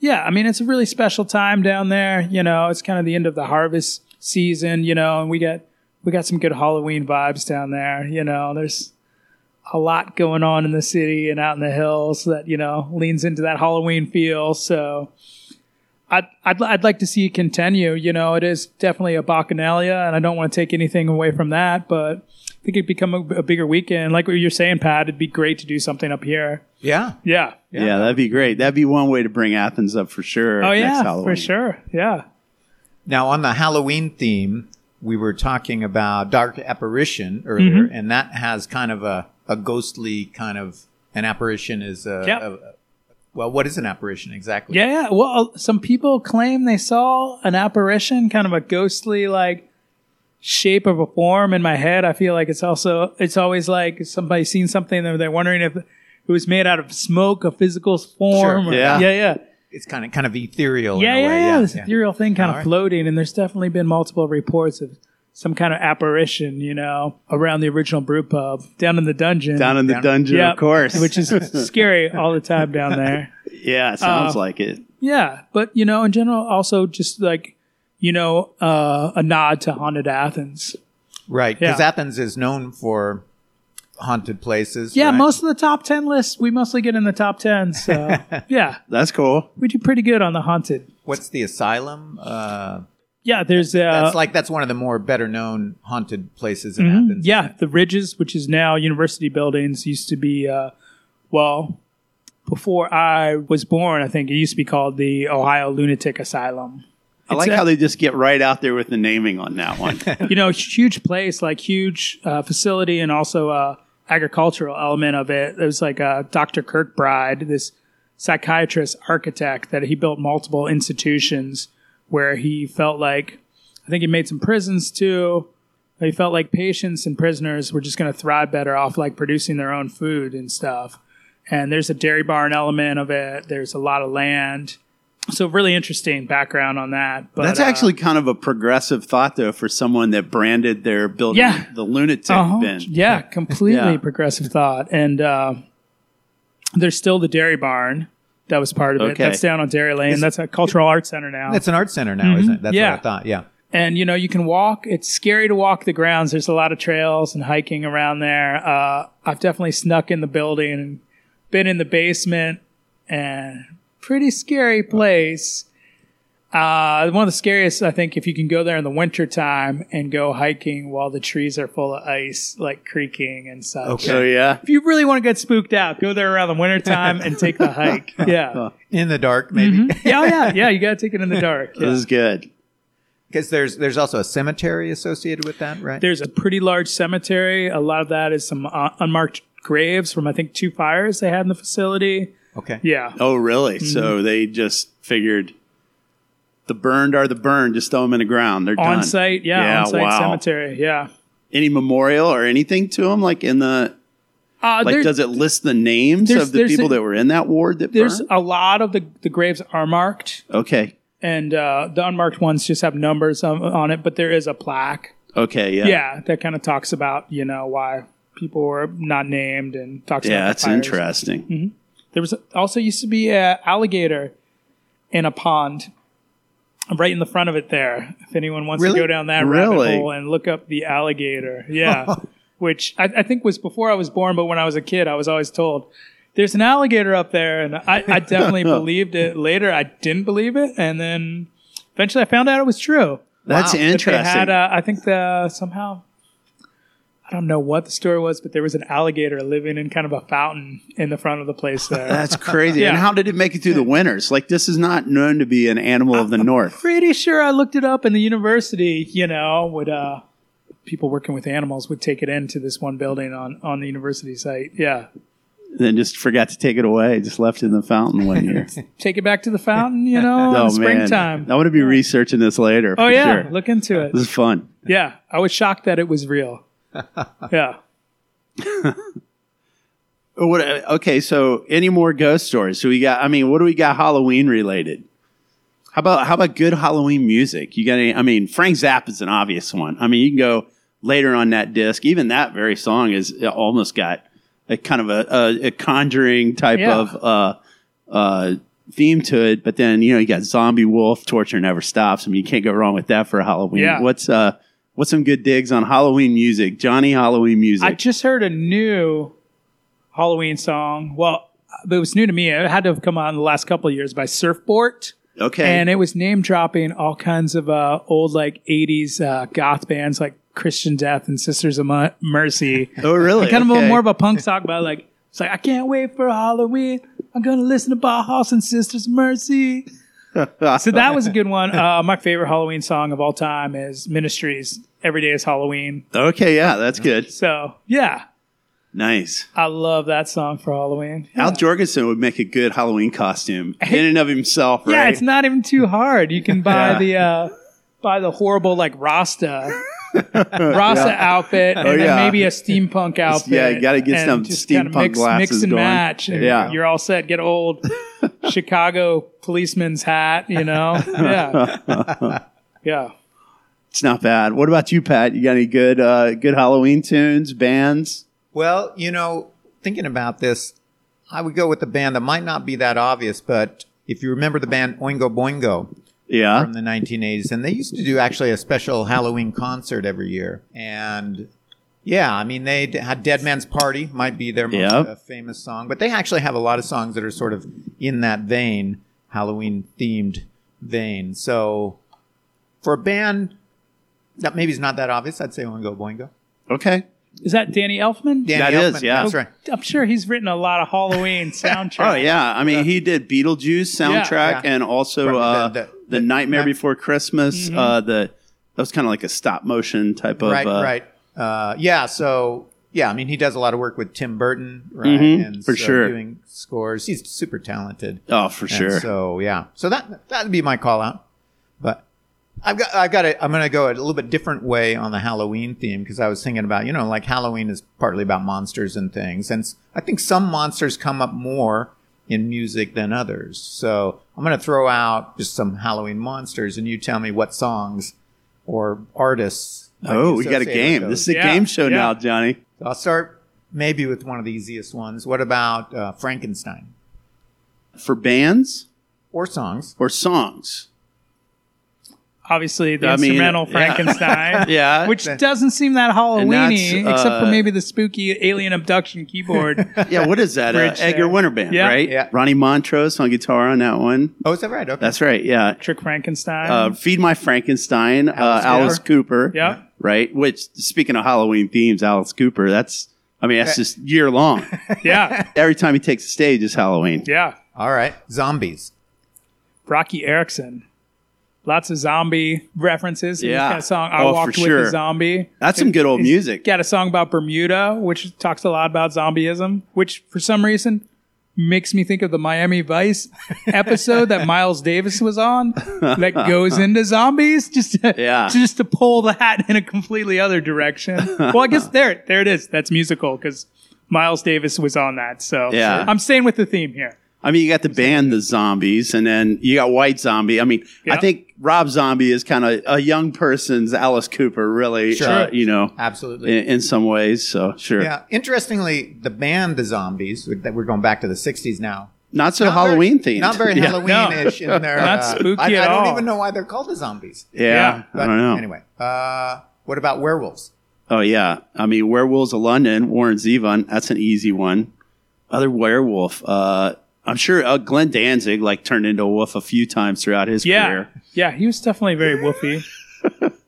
yeah, I mean, it's a really special time down there. You know, it's kind of the end of the harvest season, you know, and we got we got some good Halloween vibes down there. You know, there's a lot going on in the city and out in the hills that, you know, leans into that Halloween feel. So, I'd, I'd, I'd like to see it continue. You know, it is definitely a bacchanalia, and I don't want to take anything away from that, but I think it'd become a, a bigger weekend. Like what you're saying, Pat, it'd be great to do something up here. yeah. Yeah. yeah. that'd be great. That'd be one way to bring Athens up for sure. Oh, next yeah, for Halloween. sure. Yeah. Now, on the Halloween theme, we were talking about dark apparition earlier, Mm-hmm. and that has kind of a, a ghostly kind of an apparition is a, Yep. a- a- well, what is an apparition exactly? Yeah, yeah. Well, uh, some people claim they saw an apparition, kind of a ghostly like shape of a form in my head. I feel like it's also it's always like somebody seen something and they're wondering if it was made out of smoke, a physical form. Sure. or- Yeah. yeah, yeah. it's kind of kind of ethereal. yeah, in a yeah, way. yeah, This ethereal thing kind of Alright. floating, and there's definitely been multiple reports of some kind of apparition, you know, around the original brew pub down in the dungeon. Down in the Down- dungeon, Yeah, of course. which is scary all the time down there. yeah, it sounds Uh, like it. Yeah, but you know, in general, also just like you know, uh, a nod to haunted Athens. right. Because Yeah. Athens is known for haunted places. Yeah, right? most of the top ten lists we mostly get in the top ten. So yeah, That's cool. we do pretty good on the haunted. What's the asylum? Uh, Yeah, there's uh, Mm-hmm. that's like that's one of the more better known haunted places in Athens. Yeah, the Ridges, which is now university buildings, used to be, uh, well, before I was born, I think it used to be called the Ohio Lunatic Asylum. I like a- how they just get right out there with the naming on that one. <laughs> you know, huge place, like huge uh, facility, and also uh, agricultural element of it. It was like uh, Dr. Kirkbride, this psychiatrist architect, that he built multiple institutions where he felt like, I think he made some prisons too. He felt like patients and prisoners were just going to thrive better off like producing their own food and stuff. And there's a dairy barn element of it. There's a lot of land. So really interesting background on that. But That's uh, actually kind of a progressive thought, though, for someone that branded their building Yeah. the lunatic Uh-huh. bin. Yeah, completely Yeah. progressive thought. And uh, there's still the Dairy Barn that was part of it. Okay. That's down on Dairy Lane. That's a cultural arts center now. That's an art center now, isn't it? That's Mm-hmm. Yeah. what I thought. Yeah. and you know you can walk. It's scary to walk the grounds. There's a lot of trails and hiking around there. Uh, I've definitely snuck in the building and been in the basement and pretty scary place. Uh, one of the scariest, I think, if you can go there in the wintertime and go hiking while the trees are full of ice, like creaking and such. Okay. So yeah, If you really want to get spooked out, go there around the wintertime and take the <laughs> hike. Yeah. in the dark, maybe. Mhm. Yeah, oh, yeah, yeah. You got to take it in the dark. Yeah. this is good. Because there's there's also a cemetery associated with that, right? There's a pretty large cemetery. A lot of that is some uh, unmarked graves from, I think, two fires they had in the facility. okay. Yeah. Oh, really? Mm-hmm. So they just figured the burned are the burned. Just throw them in the ground. They're On done. site. Yeah. Yeah, on site wow. cemetery. Yeah. Any memorial or anything to them? Like in the Uh, like, there- does it list the names there's- of the there's people a- that were in that ward that there's burned? a lot of the, the graves are marked, Okay. and uh, the unmarked ones just have numbers on, on it, but there is a plaque. Okay. Yeah. Yeah. that kind of talks about, you know, why people were not named and talks about Yeah, the that's fires. Mm-hmm. interesting. There was also used to be a alligator in a pond right in the front of it there. If anyone wants Really? to go down that Really? rabbit hole and look up the alligator. <laughs> Yeah. Which I, I think was before I was born, but when I was a kid, I was always told there's an alligator up there. And I, I <laughs> definitely believed it later. I didn't believe it. And then eventually I found out it was true. That's Wow. That interesting. They had, uh, I think, the, somehow, I don't know what the story was, but there was an alligator living in kind of a fountain in the front of the place there. That's crazy. Yeah. And how did it make it through the winters? Like this is not known to be an <laughs> animal of the north. pretty sure I looked it up in the university, you know, would uh people working with animals would take it into this one building on on the university site. Yeah. Then just forgot to take it away. Just left it in the fountain <laughs> one year. Take it back to the fountain, you <laughs> know, in oh the springtime. man, I'm gonna be researching this later. oh for yeah, sure. look into it. this <laughs> is fun. Yeah, I was shocked that it was <laughs> real. Yeah. Or Oh, What, okay, so any more ghost stories? So we got. I mean, what do we got Halloween related? How about how about good Halloween music? You got any? I mean, Frank Zappa's an obvious one. I mean, you can go later on that disc. Even that very song is it almost got a kind of a, a, a conjuring type Yeah. of uh, uh, theme to it. But then you know you got Zombie Wolf, Torture Never Stops. I mean, you can't go wrong with that for Halloween. Yeah. What's uh What's some good digs on Halloween music? Johnny Halloween music. I just heard a new Halloween song. Well, it was new to me. It had to have come out in the last couple of years by Surfboard. okay. and it was name dropping all kinds of uh, old like 80s uh, goth bands like christian death and sisters of Mu- mercy oh, really? kind of a, Okay. more of a punk song but like it's like i can't wait for halloween i'm gonna listen to bauhaus and sisters of mercy so that was a good one uh, my favorite halloween song of all time is ministries every day is halloween Okay, yeah, that's good. so yeah Nice. i love that song for halloween yeah, Al Jorgensen would make a good Halloween costume in and of himself, right? Yeah, it's not even too hard you can buy Yeah. the uh, buy the horrible like <laughs> rasta Rasa outfit, and Oh, yeah. then maybe a steampunk outfit. yeah, you gotta get and some just kinda steampunk mix, glasses mix and going. match. and Yeah. you're all set. Get <laughs> old Chicago policeman's hat. You know, yeah, <laughs> yeah. It's not bad. What about you, Pat? You got any good uh, good Halloween tunes, bands? Well, you know, thinking about this, I would go with a band that might not be that obvious, but if you remember the band Oingo Boingo, Yeah. from the 1980s, and they used to do actually a special Halloween concert every year. And yeah, I mean, they d- had Dead Man's Party might be their most Yeah. uh, famous song, but they actually have a lot of songs that are sort of in that vein, Halloween themed vein. So for a band that maybe is not that obvious, I'd say Oingo Boingo. Okay. Is that Danny Elfman? Danny That is, Elfman, yeah. that's right. I'm sure he's written a lot of Halloween soundtracks. <laughs> Oh yeah. I mean, he did Beetlejuice soundtrack Yeah. and also From the- uh, the, the- Nightmare Night- Mm-hmm. Before Christmas. Uh, the that was kind of like a stop motion type of right, uh, right. Uh, yeah, so yeah, I mean, he does a lot of work with Tim Burton, right? Mhm, and for so sure. doing scores. He's super talented. Oh, for And sure. So yeah, so that that'd be my call out. But I've got I've got to, I'm going to go a little bit different way on the Halloween theme because I was thinking about you know like Halloween is partly about monsters and things, and s- I think some monsters come up more in music than others. So I'm going to throw out just some Halloween monsters, and you tell me what songs or artists. might be oh, we got a associated game. with This is those. a Yeah, game show yeah. now, Johnny. I'll start maybe with one of the easiest ones. What about uh, Frankenstein For bands or songs? or songs? obviously the I mean, instrumental yeah. Frankenstein. <laughs> Yeah. Which doesn't seem that Halloweeny, that's, except for uh, maybe the spooky alien abduction <laughs> keyboard. yeah, what is that? Uh, Bridge Edgar there. Winterband, Yeah. right? Yeah. Ronnie Montrose on guitar on that one. Oh, is that right? Okay. That's right. Yeah. Trick Frankenstein. Uh, Feed My Frankenstein, Alice, uh, Cooper. Alice Cooper. Yeah. Right. Which, speaking of Halloween themes, Alice Cooper, that's, I mean, that's just <laughs> year long. yeah. Every time he takes the stage is Halloween. Yeah. All right. Zombies. Rocky Erickson. Lots of zombie references in Yeah. this kind of song. I Oh, for walked with sure. a zombie. That's some good old He's music. Got a song about Bermuda, which talks a lot about zombieism, which for some reason makes me think of the Miami <laughs> Vice episode that Miles Davis was on that goes into zombies just to, Yeah. <laughs> just to pull the hat in a completely other direction. Well, I <laughs> guess there there it is. That's musical because Miles Davis was on that. So Yeah. I'm staying with the theme here. I mean, you got the band, the zombies, and then you got White Zombie. I mean, I Yeah. think Rob Zombie is kind of a young person's Alice Cooper, really, Sure. uh, you know, in, Absolutely. in some ways. So, sure. Yeah. Interestingly, the band The Zombies, that we're going back to the 60s now. Not so Not very- Halloween themed. Not very <laughs> yeah. Halloween-ish in their. <laughs> Not uh, spooky I, I at don't all. even know why they're called the zombies. Yeah. Yeah, I don't know. Anyway, uh, what about werewolves? Oh, yeah. I mean, Werewolves of London, Warren Zevon, that's an easy one. Other werewolf. Uh, I'm sure uh, Glenn Danzig like turned into a wolf a few times throughout his Yeah. career. Yeah, he was definitely very wolfy.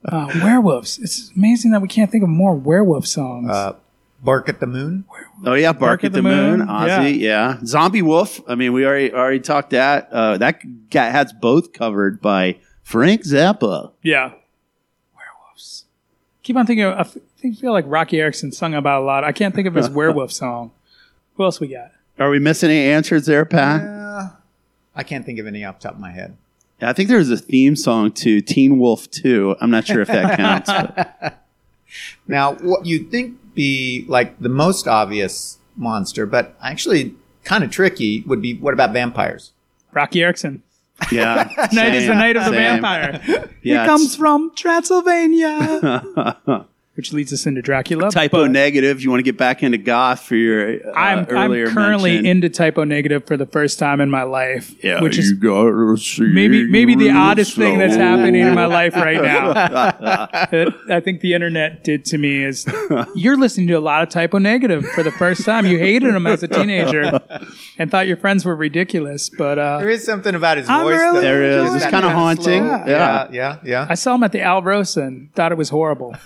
Uh, werewolves. It's amazing that we can't think of more werewolf songs. Uh, Bark at the Moon. Oh yeah, Bark, at, the, Moon, Ozzy, yeah. Zombie Wolf. I mean, we already already talked that. Uh, that got has both covered by Frank Zappa. Yeah. Werewolves. Keep on thinking. Of, I f- think- feel like Rocky Erickson sung about a lot. I can't think of <laughs> his werewolf song. Who else we got? Are we missing any answers there, Pat? Uh, I can't think of any off the top of my head. I think there's a theme song to Teen Wolf 2. I'm not sure if <laughs> that counts. but- Now, what you'd think be like the most obvious monster, but actually kind of tricky, would be what about vampires? Rocky Erickson. yeah, Night is the same, night of the same. vampire. <laughs> Yeah, he comes from Transylvania. <laughs> Which leads us into Dracula. Typo but negative. You want to get back into goth for your uh, I'm, earlier I'm currently mention. into typo negative for the first time in my life, Yeah, which is you gotta see maybe maybe the real oddest thing that's slow. happening in my life right <laughs> now that I think the internet did to me is you're listening to a lot of typo negative for the first time. You hated him as a teenager and thought your friends were ridiculous, but There uh, is something about his I'm voice. really that- There is. that It's that kinda kinda haunting. slow. Yeah. yeah, yeah. yeah. I saw him at the Alrosa and thought it was horrible.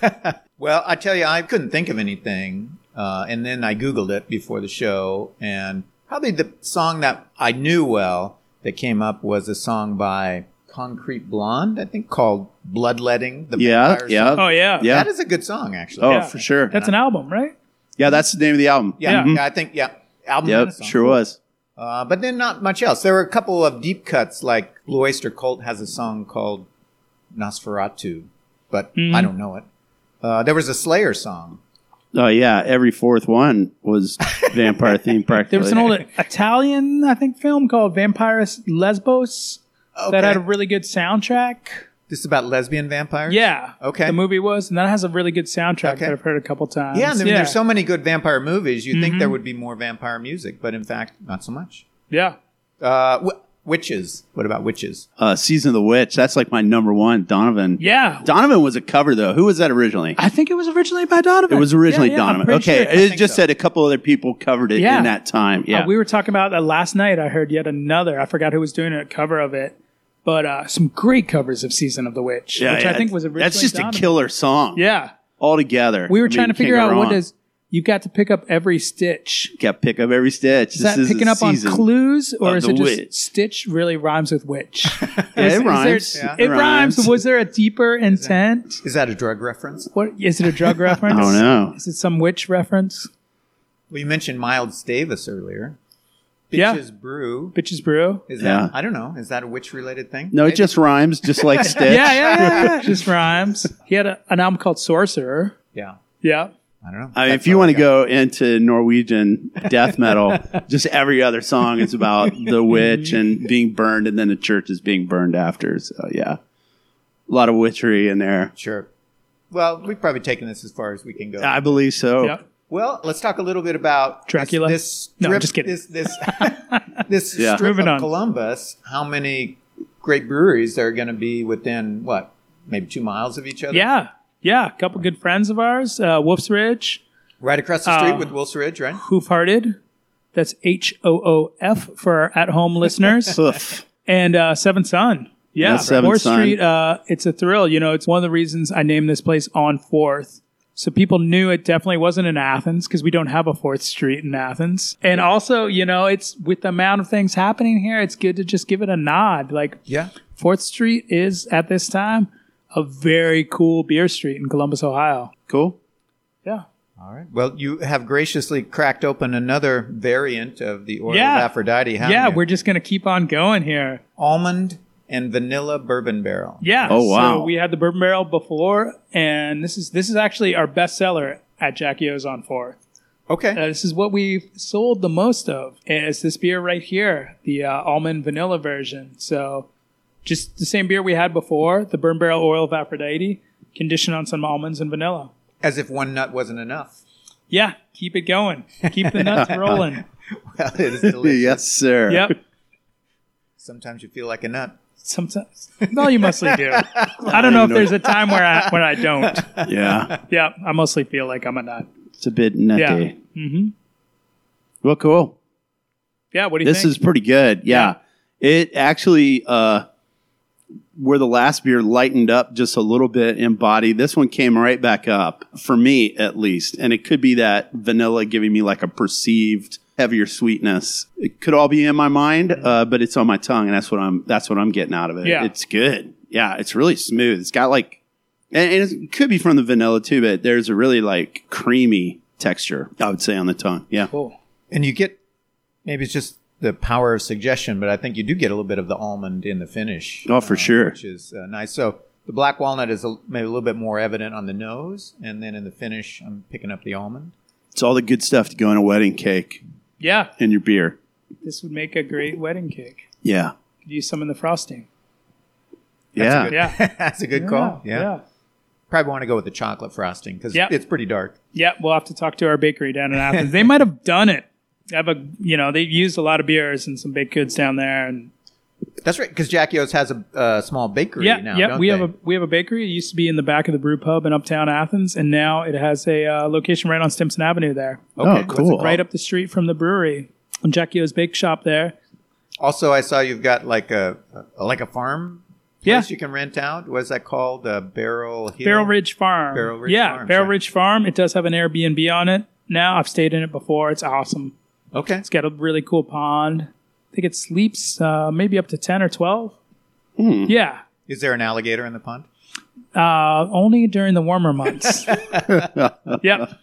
Well, I tell you, I couldn't think of anything, uh, and then I googled it before the show, and probably the song that I knew well that came up was a song by Concrete Blonde, I think, called "Bloodletting." The <laughs> Yeah, vampire yeah, song. Oh <laughs> yeah, yeah. that is a good song, actually. Oh, Yeah. for sure. That's an album, right? yeah, that's the name of the album. yeah, yeah. yeah, I think, yeah, album. and a Yep, song. sure was. Uh, but then not much else. There were a couple of deep cuts, like Blue Oyster Cult has a song called "Nosferatu," but Mm-hmm. I don't know it. Uh, there was a Slayer song. Oh yeah, every fourth one <laughs> was vampire themed practically. There Oh, was an old Italian, I think, film called Vampires Lesbos that Okay. had a really good soundtrack. This is about lesbian vampires. Yeah. Okay. The movie was, and that has a really good soundtrack Okay. that I've heard a couple times. Yeah, I mean, there's so many good vampire movies. You'd think there would be more vampire music, but in fact, not so much. yeah. Uh, w- witches. What about witches? uh, season of the witch. That's like my number one. Donovan. Yeah. Donovan was a cover though. Who was that originally? I think it was originally by Donovan. It was originally Yeah, yeah, I'm Donovan. pretty Okay, sure. it think just so. said a couple other people covered it Yeah. in that time. Yeah, Uh, we were talking about that last night. I heard yet another. I forgot who was doing a cover of it, but uh, some great covers of Season of the Witch, yeah, which yeah. I think was originally. That's just Donovan. a killer song. Yeah, altogether. we were I mean, trying to you can't figure go out wrong. what does you've got to pick up every stitch. Got pick up every stitch. Is that this is picking a up on season. clues, or of is the it just witch. Stitch really rhymes with <laughs> witch? Yeah, Is- it is there- rhymes. it rhymes. Was there a deeper intent? Is that a drug reference? What is it? A <laughs> drug reference? Oh no. Is it some witch reference? Well, you mentioned Miles Davis earlier. Yeah. Bitches brew. Bitches brew. Is Yeah. that? I don't know. Is that a witch-related thing? No, it Maybe. just rhymes, <laughs> just like Stitch. Yeah, yeah, yeah, <laughs> yeah. Just rhymes. He had a, an album called Sorcerer. Yeah. Yeah. I don't know. I mean, That's if you all I want to got. go into Norwegian <laughs> death metal, just every other song is about the witch Mm-hmm. and being burned, and then the church is being burned after. So yeah, a lot of witchery in there. sure. Well, we've probably taken this as far as we can go. I believe so. Yeah. Well, let's talk a little bit about Dracula? This, this No, strip, I'm just kidding. This <laughs> this, this Yeah. strip Moving of on. Columbus. How many great breweries there are going to be within what maybe two miles of each other. Yeah. Yeah. A couple good friends of ours, uh, Wolf's Ridge, Right across the street Uh, with Wilson Ridge, right? Hoof Hearted. That's H O O F for our at home <laughs> listeners. Oof. and uh, Seventh Son. Yeah, Yeah, Seventh Fourth Son. Street. Uh, it's a thrill. You know, it's one of the reasons I named this place on Fourth. So people knew it definitely wasn't in Athens because we don't have a Fourth Street in Athens. And also, you know, it's with the amount of things happening here, it's good to just give it a nod. Like Yeah. Fourth Street is at this time a very cool beer street in Columbus, Ohio. Cool. Yeah. All right. Well, you have graciously cracked open another variant of the oil Yeah. of Aphrodite. haven't yeah, you? we're just gonna keep on going here. almond and vanilla bourbon barrel. Yeah. Oh, wow. So we had the bourbon barrel before, and this is this is actually our best seller at Jackie O's on Fourth. Okay. Uh, this is what we've sold the most of is this beer right here, the uh, almond vanilla version. So just the same beer we had before, the burn barrel oil of Aphrodite, conditioned on some almonds and vanilla. As if one nut wasn't enough. <laughs> Yeah, keep it going. Keep the nuts <laughs> rolling. Well, it is delicious. <laughs> yes, sir. Yep. Sometimes you feel like a nut. Sometimes. No, you mostly <laughs> do. I don't know if there's a time where I when I <laughs> don't. Yeah. Yeah, I mostly feel like I'm a nut. It's a bit nutty. Yeah. Mm-hmm. Well, cool. Yeah. What do you This think? is pretty good. Yeah. It actually, uh, where the last beer lightened up just a little bit in body, this one came right back up for me at least. And it could be that vanilla giving me like a perceived heavier sweetness. It could all be in my mind, uh, but it's on my tongue, and that's what I'm that's what I'm getting out of it. Yeah. It's good. Yeah, it's really smooth. It's got like, and, and it could be from the vanilla too, but there's a really like creamy texture. I would say on the tongue. Yeah. cool. And you get maybe it's just the power of suggestion, but I think you do get a little bit of the almond in the finish. Oh, for sure. Which is uh, nice. So the black walnut is a, maybe a little bit more evident on the nose, and then in the finish, I'm picking up the almond. It's all the good stuff to go in a wedding cake Yeah, and your beer. this would make a great wedding cake. Yeah. Could use some in the frosting. Yeah. Yeah. <laughs> That's a good call. Yeah. yeah. Probably want to go with the chocolate frosting because Yep. it's pretty dark. Yeah, we'll have to talk to our bakery down in Athens. they might have done it. I have a, you know, they've used a lot of beers and some baked goods down there, and That's right, because Jackie O's has a uh, small bakery yeah, now. yeah, don't we they? have a we have a bakery. It used to be in the back of the brew pub in uptown Athens, and now it has a uh, location right on Stimson Avenue there, Okay, Oh, what's it cool. called? right up the street from the brewery. And Jackie O's Bake Shop there. Also, I saw you've got like a, a like a farm Yeah. place you can rent out. What is that called? Uh, Barrel Hill? Barrel Ridge Farm. Barrel Ridge yeah, Farm, Barrel yeah. Ridge Farm. It does have an Airbnb on it. Now I've stayed in it before. It's awesome. Okay. It's got a really cool pond. I think it sleeps uh, maybe up to ten or twelve. Yeah, Is there an alligator in the pond? Uh, only during the warmer months. yep. Oh, Yeah.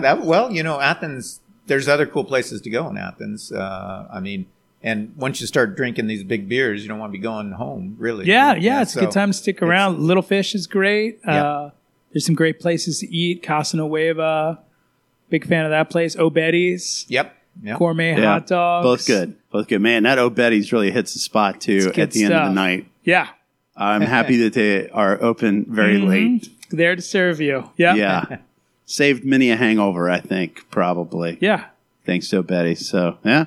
That well, you know, Athens. There's other cool places to go in Athens. Uh, I mean, and once you start drinking these big beers, you don't want to be going home, really. Yeah, yeah, it's a good so- time to stick around. Little Fish is great. Uh, there's some great places to eat. Casa Nueva, big fan of that place. Obetti's, Yep. Yep. gourmet Yeah. hot dogs. Both good. Both good. Man, that O'Betty's really hits the spot too good at the end of stuff. the night. Yeah, <laughs> I'm happy that they are open very late. there to serve you. Mm-hmm. Yeah, <laughs> Yeah. Saved many a hangover, I think, probably. yeah, Thanks to O'Betty's. So, yeah.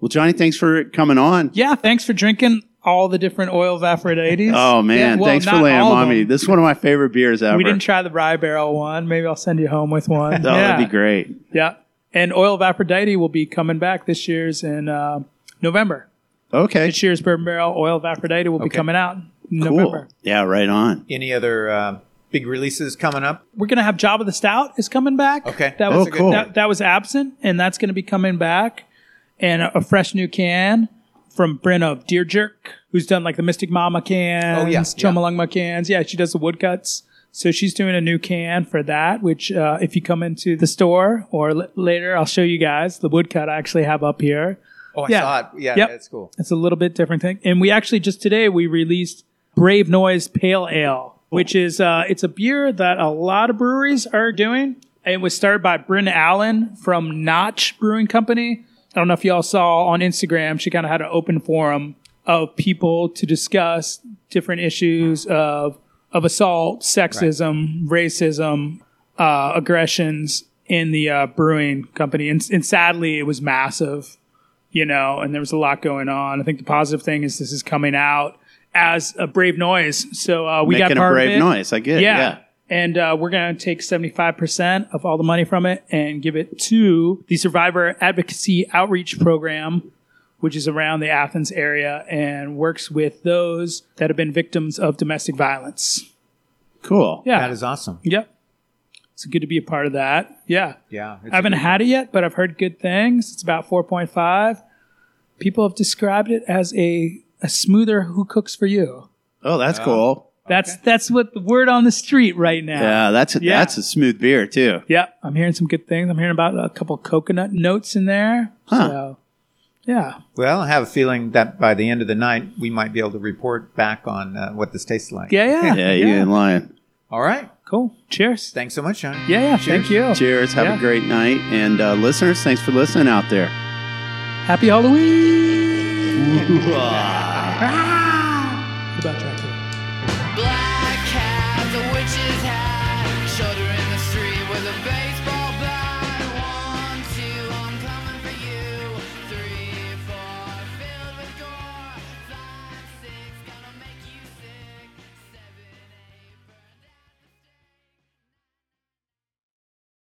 Well, Johnny, thanks for coming on. yeah. Thanks for drinking all the different oil of Aphrodites. <laughs> Oh, man. Yeah, well, thanks for not laying them all of on me. them. This is one of my favorite beers ever. We didn't try the rye barrel one. Maybe I'll send you home with one. <laughs> Oh, yeah. that'd be great. Yeah. And Oil of Aphrodite will be coming back this year's in uh, November. Okay. This year's Bourbon Barrel Oil of Aphrodite will be Okay. coming out in Cool. November. Yeah, right on. Any other uh, big releases coming up? We're going to have Job of the Stout is coming back. Okay. That was, Oh, cool. that, that was absent, and that's going to be coming back. And a, a fresh new can from Bryn of Deer Jerk, who's done like the Mystic Mama cans, Oh, yeah, yeah. Chumalungma cans. Yeah, she does the woodcuts. So she's doing a new can for that, which uh, if you come into the store or l- later, I'll show you guys the woodcut I actually have up here. Oh, I Yeah. saw it. Yeah, Yep. that's cool. It's a little bit different thing. And we actually just today we released Brave Noise Pale Ale, which is uh, it's a beer that a lot of breweries are doing. It was started by Bryn Allen from Notch Brewing Company. I don't know if y'all saw on Instagram. She kind of had an open forum of people to discuss different issues of of assault, sexism, racism, uh, aggressions in the uh, brewing company. And, and sadly, it was massive you know, and there was a lot going on. I think the positive thing is this is coming out as a brave noise. So uh, we Making got a part brave of it. noise. I get <laughs> it. Yeah. Yeah. And uh, we're going to take 75% of all the money from it and give it to the Survivor Advocacy Outreach Program, which is around the Athens area and works with those that have been victims of domestic violence. Cool. Yeah. That is awesome. Yep. It's good to be a part of that. Yeah. Yeah. it's I haven't a good- had it yet, but I've heard good things. It's about 4.5. People have described it as a, a smoother who cooks for you. Oh, that's cool. That's that's what the word on the street right now. Yeah, that's a, Yeah. that's a smooth beer too. Yeah, I'm hearing some good things. I'm hearing about a couple coconut notes in there. Huh. So, yeah. Well, I have a feeling that by the end of the night, we might be able to report back on uh, what this tastes like. Yeah, yeah. Yeah, you ain't lying. All right. Cool. Cheers. Thanks so much, John. Yeah, yeah. Cheers. Thank you. Cheers. Have Oh. Yeah. a great night, and uh, listeners, thanks for listening out there. Happy Halloween. Ah!